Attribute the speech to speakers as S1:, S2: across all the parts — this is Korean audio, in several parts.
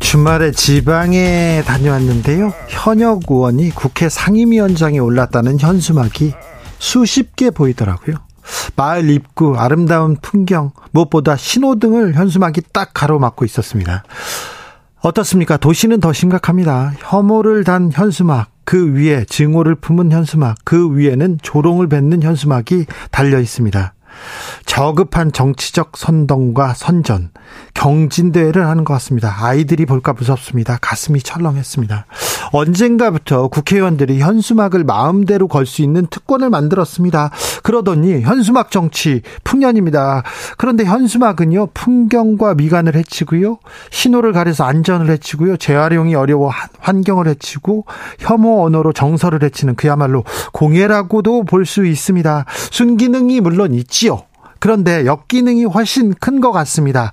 S1: 주말에 지방에 다녀왔는데요. 현역 의원이 국회 상임위원장에 올랐다는 현수막이 수십 개 보이더라고요. 마을 입구 아름다운 풍경 무엇보다 신호등을 현수막이 딱 가로막고 있었습니다. 어떻습니까? 도시는 더 심각합니다. 혐오를 단 현수막, 그 위에 증오를 품은 현수막, 그 위에는 조롱을 뱉는 현수막이 달려 있습니다. 저급한 정치적 선동과 선전, 경진대회를 하는 것 같습니다. 아이들이 볼까 무섭습니다. 가슴이 철렁했습니다. 언젠가부터 국회의원들이 현수막을 마음대로 걸 수 있는 특권을 만들었습니다. 그러더니 현수막 정치 풍년입니다. 그런데 현수막은요, 풍경과 미관을 해치고요, 신호를 가려서 안전을 해치고요, 재활용이 어려워 한- 환경을 해치고, 혐오 언어로 정서를 해치는 그야말로 공예라고도 볼 수 있습니다. 순기능이 물론 있지요. 그런데 역기능이 훨씬 큰 것 같습니다.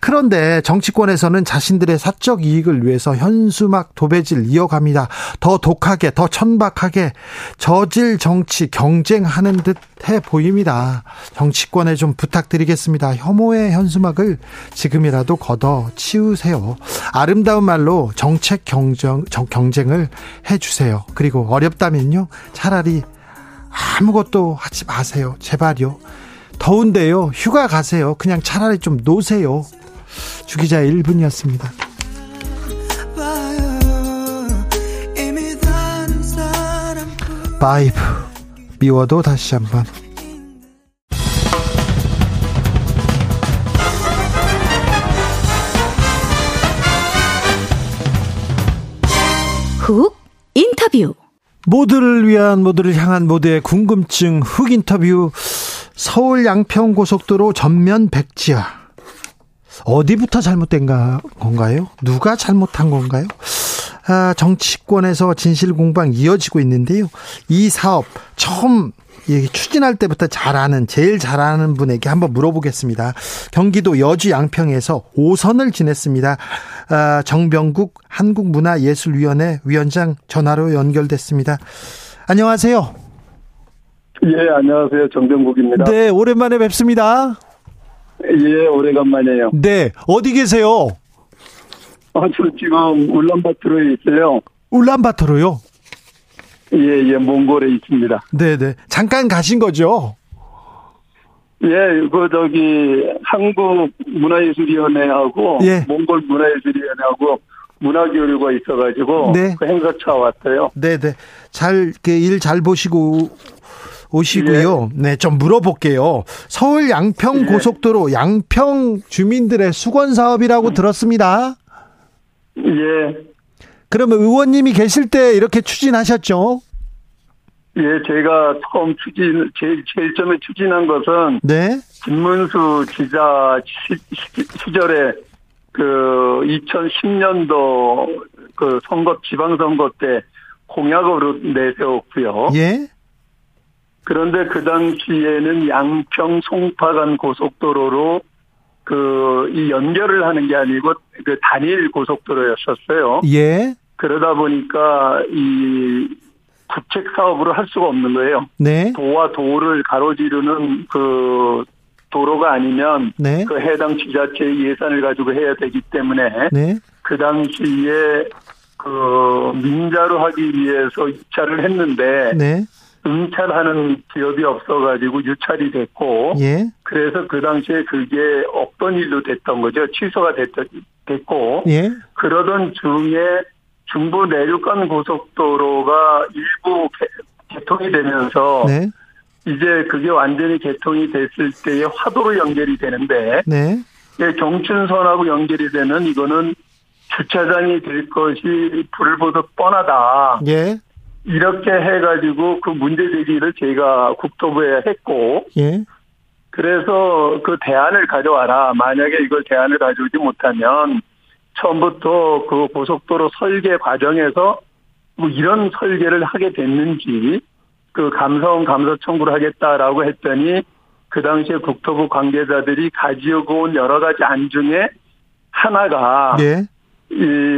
S1: 그런데 정치권에서는 자신들의 사적 이익을 위해서 현수막 도배질 이어갑니다. 더 독하게, 더 천박하게 저질 정치 경쟁하는 듯해 보입니다. 정치권에 좀 부탁드리겠습니다. 혐오의 현수막을 지금이라도 걷어 치우세요. 아름다운 말로 정책 경쟁, 정- 경쟁을 해주세요. 그리고 어렵다면요. 차라리 아무것도 하지 마세요. 제발요. 더운데요. 휴가 가세요. 그냥 차라리 좀 노세요. 주기자 1분이었습니다. 바이브. 미워도 다시 한번.
S2: 훅 인터뷰
S1: 모두를 위한 모두를 향한 모두의 궁금증 흑 인터뷰 서울 양평 고속도로 전면 백지화 어디부터 잘못된가 건가요? 누가 잘못한 건가요? 아, 정치권에서 진실 공방 이어지고 있는데요. 이 사업 처음 이 추진할 때부터 잘 아는 제일 잘 아는 분에게 한번 물어보겠습니다. 경기도 여주 양평에서 5선을 지냈습니다. 아, 정병국 한국문화예술위원회 위원장 전화로 연결됐습니다. 안녕하세요.
S3: 예, 안녕하세요. 정병국입니다.
S1: 네, 오랜만에 뵙습니다.
S3: 예, 오래간만이에요.
S1: 네, 어디 계세요?
S3: 어, 저 지금 울란바토르에 있어요.
S1: 울란바토르요.
S3: 예, 예, 몽골에 있습니다.
S1: 네, 네. 잠깐 가신 거죠?
S3: 예, 그, 저기, 한국문화예술위원회하고,
S1: 예.
S3: 몽골 문화예술위원회하고, 문화교류가 있어가지고,
S1: 네.
S3: 그 행사차 왔어요.
S1: 네, 네. 잘, 일 잘 보시고 오시고요. 네, 좀 물어볼게요. 서울 양평
S3: 예.
S1: 고속도로 양평 주민들의 수건 사업이라고
S3: 음.
S1: 들었습니다.
S3: 예,
S1: 그러면 의원님이 계실 때 이렇게 추진하셨죠?
S3: 예, 제가 처음 추진, 제일, 제일 처음에 추진한 것은,
S1: 네.
S3: 김문수 지자 시, 시- 시절에 그 2010년도 그 선거 지방선거 때 공약으로 내세웠고요.
S1: 예.
S3: 그런데 그 당시에는 양평 송파간 고속도로로 그 이 연결을 하는 게 아니고 그 단일 고속도로였었어요.
S1: 예.
S3: 그러다 보니까 이 부책 사업으로 할 수가 없는 거예요.
S1: 네.
S3: 도와 도를 가로지르는 그 도로가 아니면
S1: 네.
S3: 그 해당 지자체의 예산을 가지고 해야 되기 때문에
S1: 네.
S3: 그 당시에 그 민자로 하기 위해서 입찰을 했는데
S1: 네.
S3: 응찰하는 기업이 없어가지고 유찰이 됐고
S1: 예.
S3: 그래서 그 당시에 그게 없던 일로 됐던 거죠 취소가 됐, 됐고
S1: 예.
S3: 그러던 중에 중부 내륙간 고속도로가 일부 개, 개통이 되면서
S1: 네.
S3: 이제 그게 완전히 개통이 됐을 때에 화도로 연결이 되는데
S1: 네.
S3: 예, 경춘선하고 연결이 되는 이거는 주차장이 될 것이 불을 보듯 뻔하다.
S1: 예.
S3: 이렇게 해가지고 그 문제 제기를 제가 국토부에 했고,
S1: 예.
S3: 그래서 그 대안을 가져와라. 만약에 이걸 대안을 가져오지 못하면 처음부터 그 고속도로 설계 과정에서 뭐 이런 설계를 하게 됐는지 그 감사원 감사 청구를 하겠다라고 했더니 그 당시에 국토부 관계자들이 가지고 온 여러 가지 안 중에 하나가
S1: 예.
S3: 이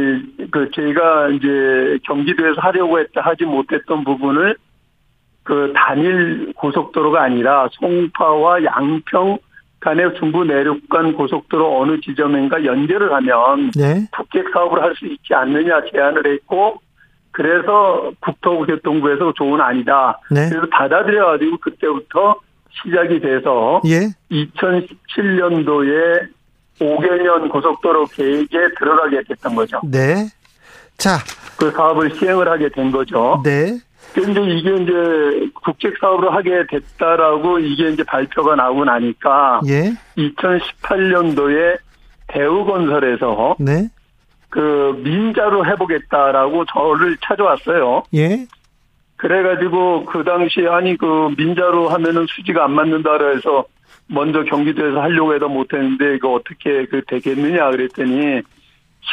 S3: 그 제가 이제 경기도에서 하려고 했다 하지 못했던 부분을 그 단일 고속도로가 아니라 송파와 양평 간의 중부 내륙간 고속도로 어느 지점인가 연결을 하면
S1: 예.
S3: 북객 사업을 할 수 있지 않느냐 제안을 했고 그래서 국토교통부에서 좋은 아니다.
S1: 네.
S3: 그래서 받아들여가지고 그때부터 시작이 돼서
S1: 예.
S3: 2017년도에 5개년 고속도로 계획에 들어가게 됐던 거죠.
S1: 네. 자,
S3: 그 사업을 시행을 하게 된 거죠.
S1: 네.
S3: 근데 이게 이제 국책 사업으로 하게 됐다라고 이게 이제 발표가 나오고 나니까
S1: 예.
S3: 2018년도에 대우건설에서
S1: 네.
S3: 그 민자로 해보겠다라고 저를 찾아왔어요.
S1: 예.
S3: 그래가지고 그 당시 아니 그 민자로 하면은 수지가 안 맞는다라 해서 먼저 경기도에서 하려고 해도 못했는데 이거 어떻게 그 되겠느냐 그랬더니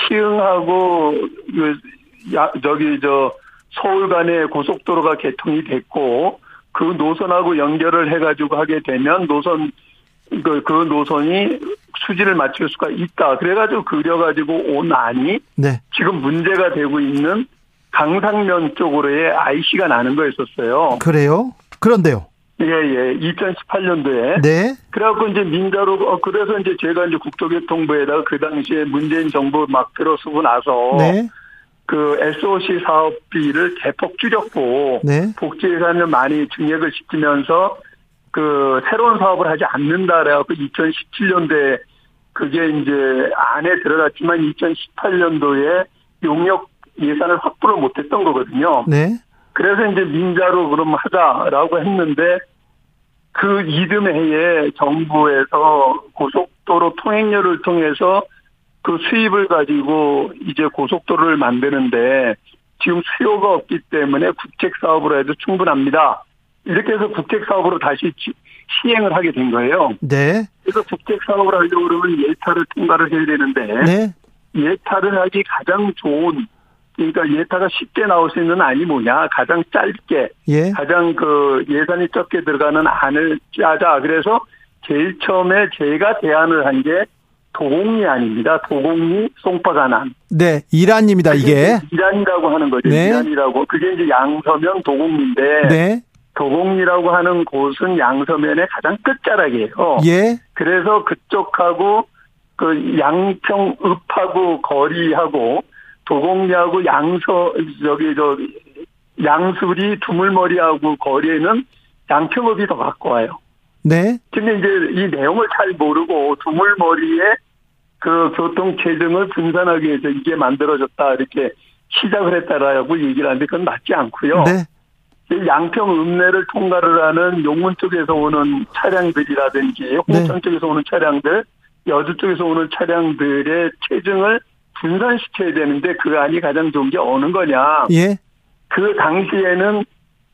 S3: 시흥하고 그 야- 저기 저 서울 간의 고속도로가 개통이 됐고 그 노선하고 연결을 해가지고 하게 되면 노선 그, 그 노선이 수지를 맞출 수가 있다. 그래가지고 그려가지고 온 안이
S1: 네.
S3: 지금 문제가 되고 있는 강상면 쪽으로의 IC가 나는 거였었어요.
S1: 그래요. 그런데요.
S3: 예, 예. 2018년도에.
S1: 네.
S3: 그래갖고 이제 민자로, 어, 그래서 이제 제가 이제 국토교통부에다가 그 당시에 문재인 정부 막 들어서고 나서.
S1: 네.
S3: 그 SOC 사업비를 대폭 줄였고.
S1: 네.
S3: 복지예산을 많이 증액을 시키면서 그 새로운 사업을 하지 않는다라고 2017년도에 그게 이제 안에 들어갔지만 2018년도에 용역 예산을 확보를 못했던 거거든요.
S1: 네.
S3: 그래서 이제 민자로 그럼 하자라고 했는데 그 이듬해에 정부에서 고속도로 통행료를 통해서 그 수입을 가지고 이제 고속도로를 만드는데 지금 수요가 없기 때문에 국책 사업으로 해도 충분합니다. 이렇게 해서 국책 사업으로 다시 지- 시행을 하게 된 거예요.
S1: 네.
S3: 그래서 국책 사업을 하려고 그러면 예타를 통과를 해야 되는데
S1: 네.
S3: 예타를 하기 가장 좋은 그러니까 예타가 쉽게 나올 수 있는 안이 뭐냐 가장 짧게
S1: 예.
S3: 가장 그 예산이 적게 들어가는 안을 짜자 그래서 제일 처음에 제가 제안을 한 게 도공리 안입니다 도공리 송파간안
S1: 네. 이란입니다, 이게.
S3: 이란이라고 하는 거죠
S1: 네.
S3: 이란이라고 그게 이제 양서면 도공리인데
S1: 네.
S3: 도공리라고 하는 곳은 양서면의 가장 끝자락이에요
S1: 예.
S3: 그래서 그쪽하고 그 양평 읍하고 거리하고 도곡리하고 양서 저기 저 양수리 두물머리하고 거리에는 양평읍이 더 가까워요.
S1: 네.
S3: 근데 이제 이 내용을 잘 모르고 두물머리에 그 교통 체증을 분산하기 위해서 이게 만들어졌다 이렇게 시작을 했다라고 얘기를 하는데 그건 맞지 않고요.
S1: 네.
S3: 이 양평 읍내를 통과를 하는 용문 쪽에서 오는 차량들이라든지 홍천 쪽에서 오는 차량들, 여주 쪽에서 오는 차량들의 체증을 분산시켜야 되는데 그 안이 가장 좋은 게 어느 거냐.
S1: 예.
S3: 그 당시에는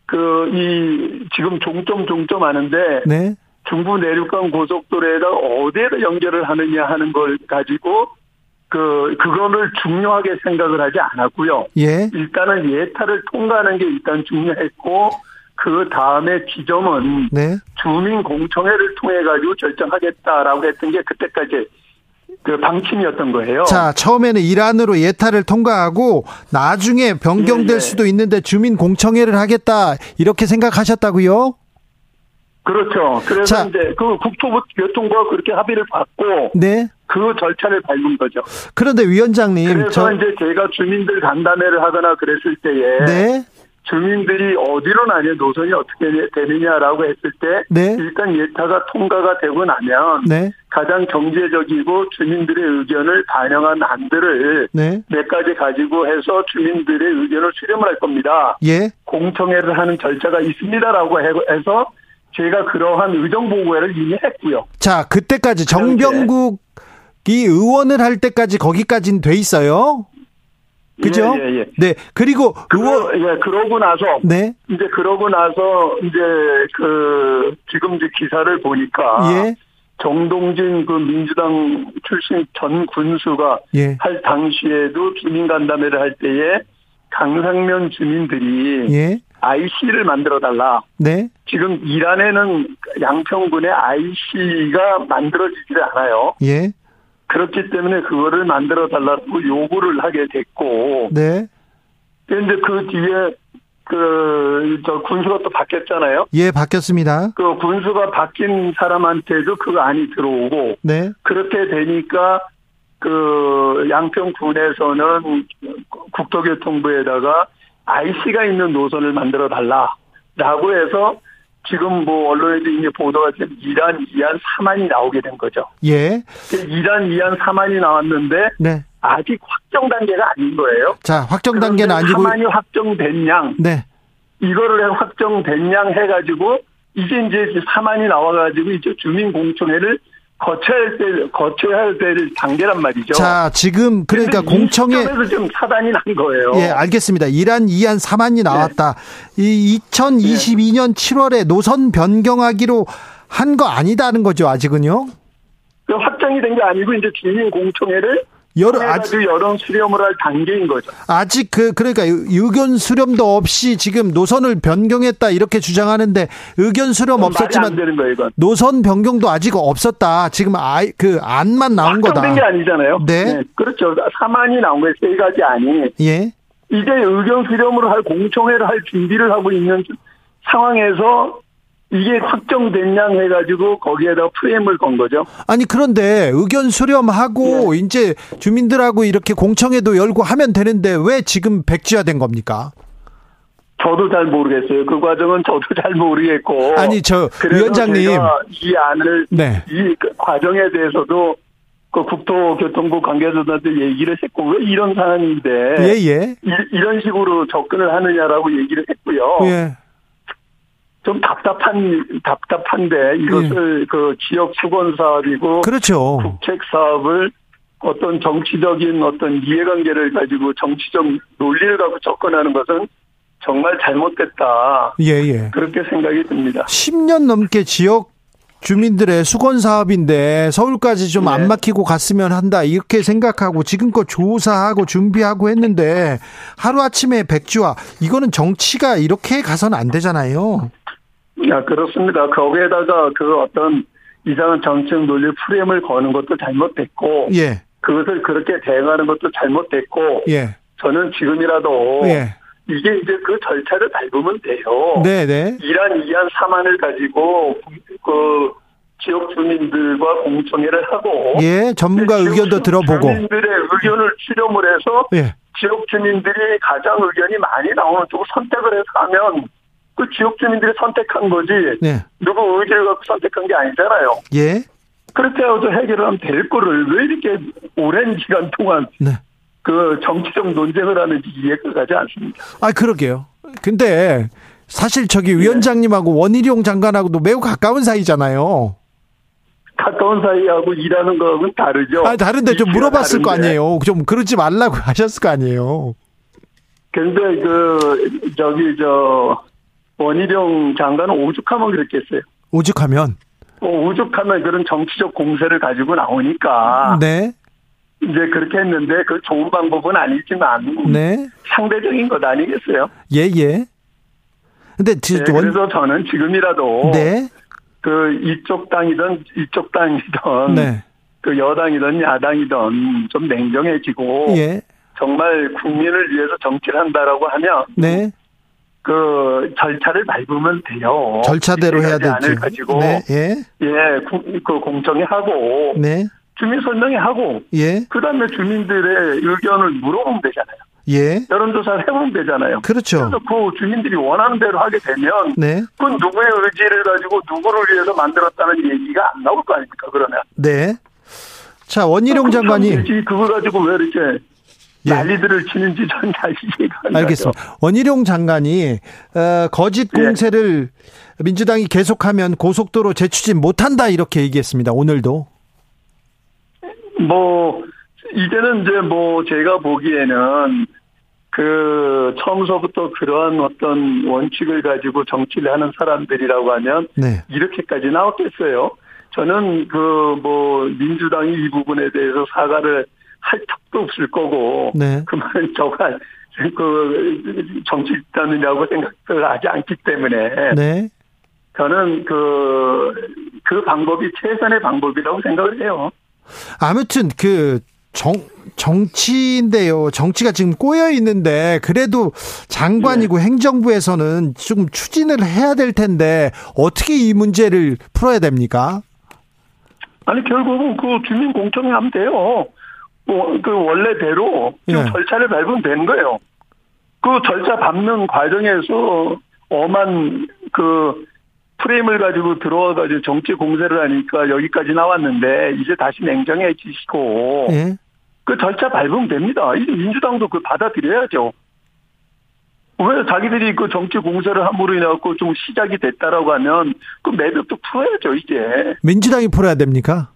S3: 그 이 지금 종점 종점 하는데
S1: 네.
S3: 중부 내륙간 고속도로에다 어디를 연결을 하느냐 하는 걸 가지고 그 그거를 중요하게 생각을 하지 않았고요.
S1: 예.
S3: 일단은 예타를 통과하는 게 일단 중요했고 그 다음에 지점은
S1: 네.
S3: 주민 공청회를 통해 가지고 결정하겠다라고 했던 게 그때까지 그 방침이었던 거예요.
S1: 자, 처음에는 이란으로 예타를 통과하고 나중에 변경될
S3: 예, 예.
S1: 수도 있는데 주민 공청회를 하겠다 이렇게 생각하셨다고요?
S3: 그렇죠. 그래서
S1: 자.
S3: 이제 그 국토부 교통부가 그렇게 합의를 받고
S1: 네.
S3: 그 절차를 밟은 거죠.
S1: 그런데 위원장님
S3: 그래서
S1: 저
S3: 이제 제가 주민들 간담회를 하거나 그랬을 때에
S1: 네.
S3: 주민들이 어디로 나뉘어 노선이 어떻게 되느냐라고 했을 때
S1: 네.
S3: 일단 예타가 통과가 되고 나면
S1: 네.
S3: 가장 경제적이고 주민들의 의견을 반영한 안들을
S1: 네.
S3: 몇 가지 가지고 해서 주민들의 의견을 수렴을 할 겁니다.
S1: 예.
S3: 공청회를 하는 절차가 있습니다라고 해- 해서 제가 그러한 의정보고회를 이미 했고요.
S1: 자, 그때까지 정병국이 의원을 할 때까지 거기까지는 돼 있어요. 그죠?
S3: 예, 예, 예.
S1: 네. 그리고 의원
S3: 그거, 예, 그러고 나서
S1: 네.
S3: 이제 그러고 나서 이제 그 지금 이제 기사를 보니까
S1: 예.
S3: 정동진 그 민주당 출신 전 군수가
S1: 예.
S3: 할 당시에도 주민 간담회를 할 때에 강상면 주민들이
S1: 예.
S3: IC를 만들어 달라.
S1: 네.
S3: 지금 이란에는 양평군의 IC가 만들어지지 않아요.
S1: 예.
S3: 그렇기 때문에 그거를 만들어 달라고 요구를 하게 됐고,
S1: 네.
S3: 근데 이제 그 뒤에 그, 저 군수가 또 바뀌었잖아요.
S1: 예, 바뀌었습니다.
S3: 그 군수가 바뀐 사람한테도 그 안이 들어오고,
S1: 네.
S3: 그렇게 되니까 그 양평군에서는 국토교통부에다가 IC가 있는 노선을 만들어 달라라고 해서 지금 뭐 언론에도 이제 보도가 지금 이란, 이안, 사만이 나오게 된 거죠.
S1: 예.
S3: 그 이란, 이안, 사만이 나왔는데
S1: 네.
S3: 아직 확정 단계가 아닌 거예요.
S1: 자, 확정 단계는
S3: 그런데
S1: 아니고
S3: 사만이 확정된 양
S1: 네.
S3: 이거를 확정된 양 해가지고 이게 이제 사만이 나와가지고 이제 주민공청회를 거쳐야 할 때, 거쳐야 할 때를 단계란 말이죠.
S1: 자, 지금 그러니까
S3: 근데 이
S1: 공청회
S3: 시점에서 지금 차단이 난 거예요.
S1: 예, 알겠습니다. 이란 이한 3안이 나왔다. 이 2022년 7월에 노선 변경하기로 한 거 아니다는 거죠, 아직은요?
S3: 그 확정이 된 게 아니고 이제 주민공청회를
S1: 여러 아직
S3: 아주 여론 수렴을 할 단계인 거죠.
S1: 아직 그 그러니까 의- 의견 수렴도 없이 지금 노선을 변경했다 이렇게 주장하는데 의견 수렴
S3: 말이 안
S1: 없었지만
S3: 되는 거예요, 이건.
S1: 노선 변경도 아직 없었다. 지금 아이 그 안만 나온 거다.
S3: 확정된 게 아니잖아요.
S1: 네.
S3: 그렇죠. 사만이 나온 거예요. 세 가지 안이.
S1: 예.
S3: 이제 의견 수렴을 할 공청회를 할 준비를 하고 있는 상황에서 이게 확정된 양 해가지고 거기에다 프레임을 건 거죠.
S1: 아니 그런데 의견 수렴하고
S3: 예.
S1: 이제 주민들하고 이렇게 공청회도 열고 하면 되는데 왜 지금 백지화된 겁니까?
S3: 저도 잘 모르겠어요. 그 과정은 저도 잘 모르겠고.
S1: 아니, 저
S3: 그래서
S1: 위원장님.
S3: 제가 이 안을
S1: 네.
S3: 이그 과정에 대해서도 그 국토교통부 관계자들한테 얘기를 했고 왜 이런 상황인데
S1: 예예. 예.
S3: 이, 런 식으로 접근을 하느냐라고 얘기를 했고요.
S1: 예.
S3: 좀 답답한 답답한데
S1: 예.
S3: 이것을 그 지역 수건 사업이고
S1: 그렇죠.
S3: 국책 사업을 어떤 정치적인 어떤 이해관계를 가지고 정치적 논리를 갖고 접근하는 것은 정말 잘못됐다.
S1: 예 예.
S3: 그렇게 생각이 듭니다.
S1: 10년 넘게 지역 주민들의 수건 사업인데 서울까지 좀 안
S3: 네.
S1: 막히고 갔으면 한다 이렇게 생각하고 지금껏 조사하고 준비하고 했는데 하루 아침에 백지화 이거는 정치가 이렇게 가선 안 되잖아요.
S3: 야, 그렇습니다. 거기에다가 그 어떤 이상한 정치적 논리 프레임을 거는 것도 잘못됐고
S1: 예,
S3: 그것을 그렇게 대응하는 것도 잘못됐고
S1: 예,
S3: 저는 지금이라도
S1: 예,
S3: 이게 이제 그 절차를 밟으면 돼요.
S1: 네, 네,
S3: 이란 이한 사만을 가지고 그 지역 주민들과 공청회를 하고
S1: 예. 전문가
S3: 네, 지역
S1: 의견도
S3: 주-
S1: 들어보고
S3: 주민들의 의견을 수렴을 해서
S1: 예,
S3: 지역 주민들이 가장 의견이 많이 나오는 쪽을 선택을 해서 하면 그 지역 주민들이 선택한 거지
S1: 네,
S3: 누구 의지를 갖고 선택한 게 아니잖아요.
S1: 예,
S3: 그렇게 해서 해결을 하면 될 거를 왜 이렇게 오랜 기간 동안
S1: 네.
S3: 그 정치적 논쟁을 하는지 이해가 가지 않습니다.
S1: 아 그러게요. 근데 사실 저기 위원장님하고 원희룡 장관하고도 매우 가까운 사이잖아요.
S3: 가까운 사이하고 일하는 거하고는 다르죠.
S1: 아 다른데 좀
S3: 위치가
S1: 물어봤을 거
S3: 어, 다른데.
S1: 아니에요. 좀 그러지 말라고 하셨을 거 아니에요.
S3: 근데 그 저기 저 원희룡 장관은 오죽하면 그랬겠어요.
S1: 오죽하면
S3: 뭐 오죽하면 그런 정치적 공세를 가지고 나오니까
S1: 네,
S3: 이제 그렇게 했는데 그 좋은 방법은 아니지만
S1: 네,
S3: 상대적인 것 아니겠어요?
S1: 예, 예. 근데 지,
S3: 네,
S1: 원,
S3: 그래서 뭐 저는 지금이라도
S1: 네,
S3: 그 이쪽 당이든 이쪽 당이든
S1: 네,
S3: 그 여당이든 야당이든 좀 냉정해지고
S1: 예,
S3: 정말 국민을 위해서 정치를 한다라고 하면
S1: 네.
S3: 그 절차를 밟으면 돼요.
S1: 절차대로 해야 되지.
S3: 안을 가지고
S1: 네, 예,
S3: 예, 구- 그 공청회 하고
S1: 네,
S3: 주민 설명회 하고
S1: 예,
S3: 그다음에 주민들의 의견을 물어보면 되잖아요.
S1: 예.
S3: 여론조사를 해보면 되잖아요.
S1: 그렇죠.
S3: 그래서 그 주민들이 원하는 대로 하게 되면
S1: 네,
S3: 그건 누구의 의지를 가지고 누구를 위해서 만들었다는 얘기가 안 나올 거 아닙니까 그러면
S1: 네. 자, 원희룡 장관님.
S3: 그걸 가지고 왜 이렇게
S1: 예.
S3: 난리들을 치는지 전 다시 이해가 안 가죠.
S1: 알겠습니다. 원희룡 장관이 어, 거짓
S3: 예.
S1: 공세를 민주당이 계속하면 고속도로 재추진 못한다 이렇게 얘기했습니다. 오늘도
S3: 뭐 이제는 이제 뭐 제가 보기에는 그 처음서부터 그런 어떤 원칙을 가지고 정치를 하는 사람들이라고 하면
S1: 네.
S3: 이렇게까지 나왔겠어요. 저는 그 뭐 민주당이 이 부분에 대해서 사과를 할 턱도 없을 거고
S1: 네.
S3: 그만 저가 그 정치 집단이라고 생각을 하지 않기 때문에
S1: 네.
S3: 저는 그, 그 방법이 최선의 방법이라고 생각을 해요.
S1: 아무튼 그 정, 정치인데요. 정치가 지금 꼬여 있는데 그래도 장관이고
S3: 네.
S1: 행정부에서는 조금 추진을 해야 될 텐데 어떻게 이 문제를 풀어야 됩니까?
S3: 아니, 결국은 그 주민 공청회 하면 돼요. 어, 그 원래대로 지금
S1: 예.
S3: 절차를 밟으면 되는 거예요. 그 절차 밟는 과정에서 엄한 그 프레임을 가지고 들어와가지고 정치 공세를 하니까 여기까지 나왔는데 이제 다시 냉정해지시고
S1: 예.
S3: 그 절차 밟으면 됩니다. 이제 민주당도 그 받아들여야죠. 왜 자기들이 그 정치 공세를 함으로 인해갖고 좀 시작이 됐다라고 하면 그 매듭도 풀어야죠, 이제.
S1: 민주당이 풀어야 됩니까?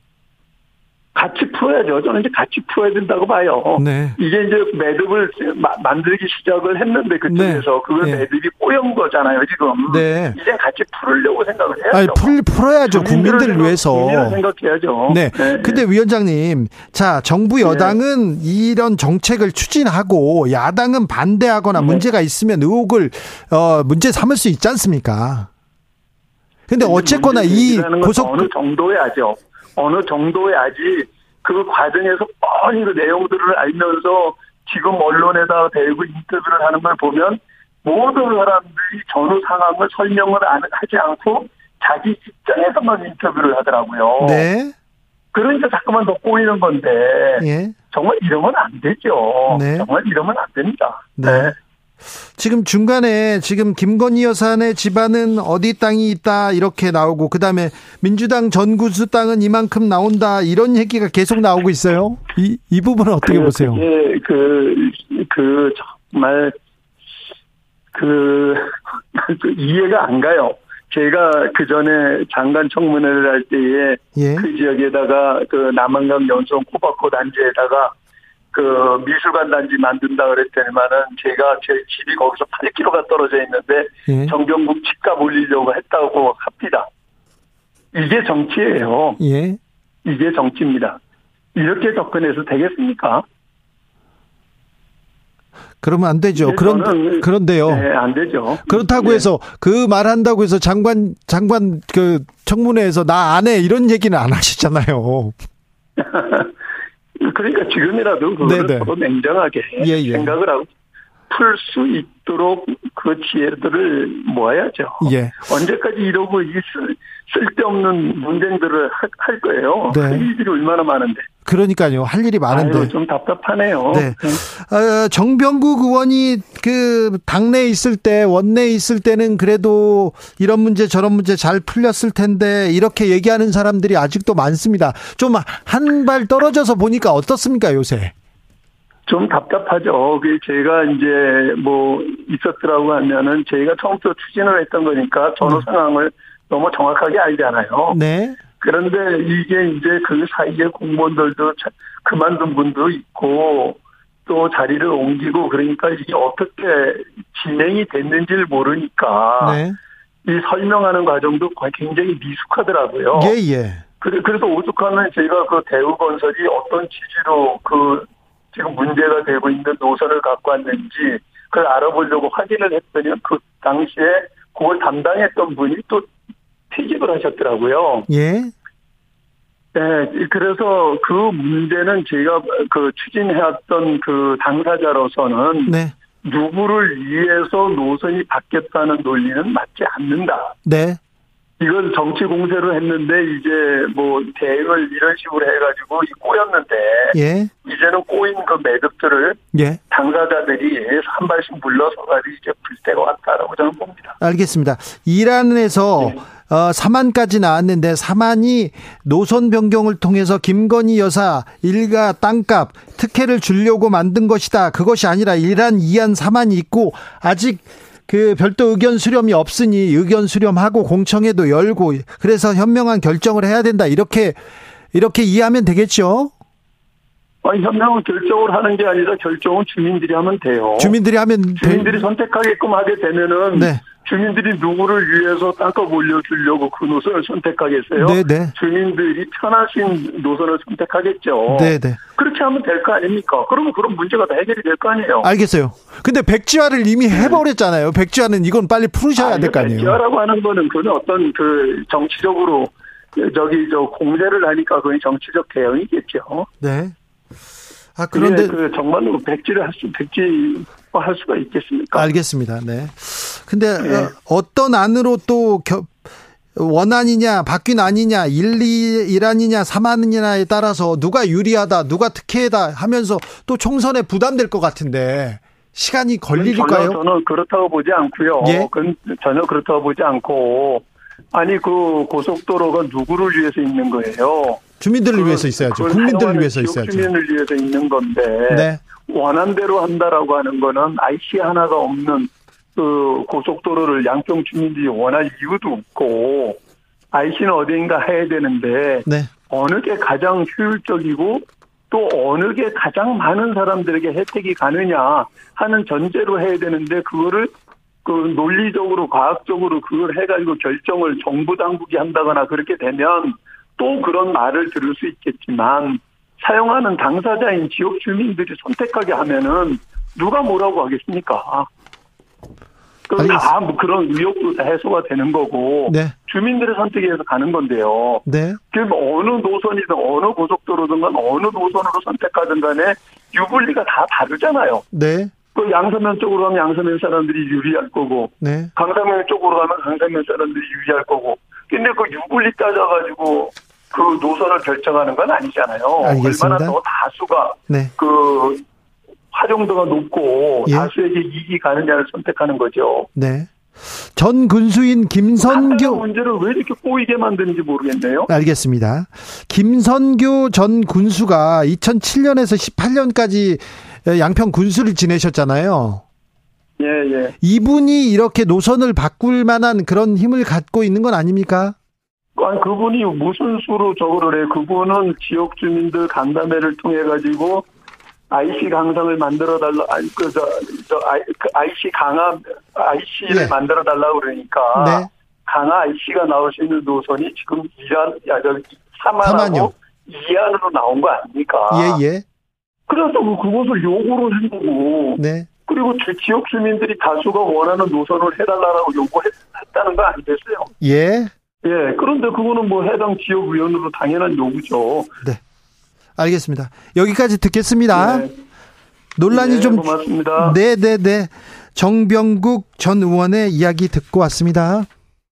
S3: 같이 풀어야죠. 저는 이제 같이 풀어야 된다고 봐요.
S1: 네.
S3: 이게 이제 매듭을 마- 만들기 시작을 했는데 그쪽에서
S1: 네.
S3: 그걸
S1: 네.
S3: 매듭이 꼬연 거잖아요, 지금.
S1: 네.
S3: 이제 같이 풀으려고 생각을 해야죠.
S1: 아니, 풀, 풀어야죠. 국민들을 위해서.
S3: 국민을 생각해야죠.
S1: 네. 근데 위원장님, 자,
S3: 네.
S1: 정부 여당은 이런 정책을 추진하고 야당은 반대하거나
S3: 네.
S1: 문제가 있으면 의혹을 어 문제 삼을 수 있지 않습니까? 근데 어쨌거나 이
S3: 문제제기라는 건
S1: 고속
S3: 어느 정도야죠. 어느 정도야지 그 과정에서 뻔히 그 내용들을 알면서 지금 언론에다 대고 인터뷰를 하는 걸 보면 모든 사람들이 전후 상황을 설명을 안- 하지 않고 자기 입장에서만 인터뷰를 하더라고요.
S1: 네.
S3: 그러니까 자꾸만 더 꼬이는 건데 네.
S1: 예.
S3: 정말 이러면 안 되죠.
S1: 네.
S3: 정말 이러면 안 됩니다.
S1: 네. 지금 중간에 지금 김건희 여사의 집안은 어디 땅이 있다 이렇게 나오고 그다음에 민주당 전구수 땅은 이만큼 나온다 이런 얘기가 계속 나오고 있어요. 이 이 부분은 어떻게
S3: 그,
S1: 보세요?
S3: 그게 그, 그, 정말, 그, 그 이해가 안 가요. 제가 그 전에 장관 청문회를 할 때에
S1: 예.
S3: 그 지역에다가 그 남한강 연성 코바코 단지에다가 그 미술관 단지 만든다 그랬더니만은 제가 제 집이 거기서 8km가 떨어져 있는데
S1: 예.
S3: 정경국 집값 올리려고 했다고 합니다. 이게 정치예요.
S1: 예.
S3: 이게 정치입니다. 이렇게 접근해서 되겠습니까?
S1: 그러면 안 되죠.
S3: 네,
S1: 그런
S3: 저는-
S1: 그런데요.
S3: 네, 안 되죠.
S1: 예, 그렇다고
S3: 예.
S1: 해서 그 말한다고 해서 장관 장관 그 청문회에서 나 안 해 이런 얘기는 안 하시잖아요.
S3: 그러니까 지금이라도 그걸
S1: 네네.
S3: 서로 냉정하게
S1: 예, 예.
S3: 생각을 하고 풀 수 있도록 그 지혜들을 모아야죠.
S1: 예.
S3: 언제까지 이러고 이 쓸, 쓸데없는 논쟁들을 하- 할 거예요.
S1: 네.
S3: 할 일들이 얼마나 많은데.
S1: 그러니까요. 할 일이 많은데.
S3: 아이고, 좀 답답하네요.
S1: 네. 어, 정병국 의원이 그 당내에 있을 때 원내에 있을 때는 그래도 이런 문제 저런 문제 잘 풀렸을 텐데 이렇게 얘기하는 사람들이 아직도 많습니다. 좀 한 발 떨어져서 보니까 어떻습니까 요새?
S3: 좀 답답하죠. 그 제가 이제 뭐 있었더라고 하면은 저희가 처음부터 추진을 했던 거니까
S1: 음.
S3: 전후 상황을 너무 정확하게 알잖아요.
S1: 네.
S3: 그런데 이게 이제 그 사이에 공무원들도 자- 그만둔 분도 있고 또 자리를 옮기고 그러니까 이게 어떻게 진행이 됐는지를 모르니까
S1: 네.
S3: 이 설명하는 과정도 거의 굉장히 미숙하더라고요.
S1: 예 예.
S3: 그래- 그래서 오죽하면 저희가 그 대우건설이 어떤 취지로 그 지금 문제가 되고 있는 노선을 갖고 왔는지 그걸 알아보려고 확인을 했더니 그 당시에 그걸 담당했던 분이 또 퇴직을 하셨더라고요.
S1: 예.
S3: 네, 그래서 그 문제는 제가 그 추진해왔던 그 당사자로서는
S1: 네.
S3: 누구를 위해서 노선이 바뀌었다는 논리는 맞지 않는다.
S1: 네.
S3: 이건 정치 공세로 했는데 이제 뭐 대응을 이런 식으로 해가지고 이 꼬였는데
S1: 예.
S3: 이제는 꼬인 그 매듭들을
S1: 예.
S3: 당사자들이 한 발씩 물러서가지고 이제 풀 때가 왔다라고 저는 봅니다.
S1: 알겠습니다. 이란에서
S3: 네.
S1: 어, 사만까지 나왔는데 사만이 노선 변경을 통해서 김건희 여사 일가 땅값 특혜를 주려고 만든 것이다. 그것이 아니라 이란 이안 사만이 있고 아직 그 별도 의견 수렴이 없으니 의견 수렴하고 공청회도 열고
S3: 어?
S1: 그래서 현명한 결정을 해야 된다. 이렇게 이렇게 이해하면 되겠죠?
S3: 아니, 현명한 결정을 하는 게 아니라 결정은 주민들이 하면 돼요.
S1: 주민들이 하면 될-
S3: 주민들이 선택하게끔 하게 되면은
S1: 네.
S3: 주민들이 누구를 위해서 땅값 올려주려고 그 노선을 선택하겠어요?
S1: 네, 네.
S3: 주민들이 편하신 노선을 선택하겠죠.
S1: 네, 네.
S3: 그렇게 하면 될 거 아닙니까? 그러면 그런 문제가 다 해결이 될 거 아니에요.
S1: 알겠어요. 근데 백지화를 이미 해버렸잖아요. 백지화는 이건 빨리 풀으셔야 될 거 아니에요.
S3: 라고 하는 거는 그는 어떤 그 정치적으로 저기 저 공세를 하니까 그건 정치적 대응이겠죠.
S1: 네. 아
S3: 그런데
S1: 그런데
S3: 그 정말로 백지를 할 수, 백지 할 수가 있겠습니까?
S1: 알겠습니다. 네. 근데
S3: 네.
S1: 어, 어떤 안으로 또 겨, 원안이냐 바뀐 안이냐 1, 2, 1안이냐 3안이냐에 따라서 누가 유리하다 누가 특혜다 하면서 또 총선에 부담될 것 같은데 시간이
S3: 전혀
S1: 걸릴까요?
S3: 저는 그렇다고 보지 않고요.
S1: 예?
S3: 그건 전혀 그렇다고 보지 않고 아니 그 고속도로가 누구를 위해서 있는 거예요?
S1: 주민들을
S3: 그걸-
S1: 위해서 있어야죠.
S3: 그걸
S1: 국민들을
S3: 사용하는
S1: 위해서
S3: 지역
S1: 있어야죠.
S3: 주민을 위해서 있는 건데
S1: 네.
S3: 원한대로 한다라고 하는 거는 IC 하나가 없는 그 고속도로를 양평 주민들이 원할 이유도 없고 IC는 어딘가 해야 되는데
S1: 네.
S3: 어느 게 가장 효율적이고 또 어느 게 가장 많은 사람들에게 혜택이 가느냐 하는 전제로 해야 되는데 그거를 그 논리적으로 과학적으로 그걸 해가지고 결정을 정부 당국이 한다거나 그렇게 되면 또 그런 말을 들을 수 있겠지만 사용하는 당사자인 지역 주민들이 선택하게 하면은 누가 뭐라고 하겠습니까? 그럼 다
S1: 알겠습니다.
S3: 뭐 그런 위협도 다 해소가 되는 거고
S1: 네.
S3: 주민들의 선택에 의해서 가는 건데요.
S1: 네.
S3: 지금 어느 노선이든 어느 고속도로든 간 어느 노선으로 선택하든 간에 유불리가 다 다르잖아요.
S1: 네.
S3: 그 양서면 쪽으로 가면 양서면 사람들이 유리할 거고
S1: 네.
S3: 강서면 쪽으로 가면 강서면 사람들이 유리할 거고 근데 그 유불리 따져가지고 그 노선을 결정하는 건 아니잖아요.
S1: 알겠습니다.
S3: 얼마나 더 다수가
S1: 네.
S3: 그 활용도가 높고
S1: 예.
S3: 다수에게 이익이 가느냐를 선택하는 거죠.
S1: 네. 전 군수인
S3: 선교
S1: 김선교
S3: 문제를 왜 이렇게 꼬이게 만드는지 모르겠네요.
S1: 알겠습니다. 김선교 전 군수가 2007년에서 18년까지 양평 군수를 지내셨잖아요.
S3: 예 예.
S1: 이분이 이렇게 노선을 바꿀 만한 그런 힘을 갖고 있는 건 아닙니까?
S3: 아니, 그분이 무슨 수로 저거를 해? 그분은 지역 주민들 간담회를 통해 가지고 IC 강상을 만들어 달라, 아니, 그, 저, 저, 아이- 그 IC 강화, IC를
S1: 네.
S3: 만들어 달라고 그러니까.
S1: 네.
S3: 강화 IC가 나올 수 있는 노선이 지금 2안, 야, 저,
S1: 삼안이요.
S3: 3안하고 2안으로 나온 거 아닙니까?
S1: 예, 예.
S3: 그래서 그- 그것을 요구를 한 거고.
S1: 네.
S3: 그리고 지- 지역 주민들이 다수가 원하는 노선을 해달라고 요구했다는 거 아니겠어요?
S1: 예.
S3: 예, 그런데 그거는 뭐 해당 지역위원으로 당연한 요구죠.
S1: 알겠습니다. 여기까지 듣겠습니다.
S3: 예,
S1: 아, 논란이
S3: 예,
S1: 좀
S3: 고맙습니다.
S1: 네, 네, 네. 정병국 전 의원의 이야기 듣고 왔습니다.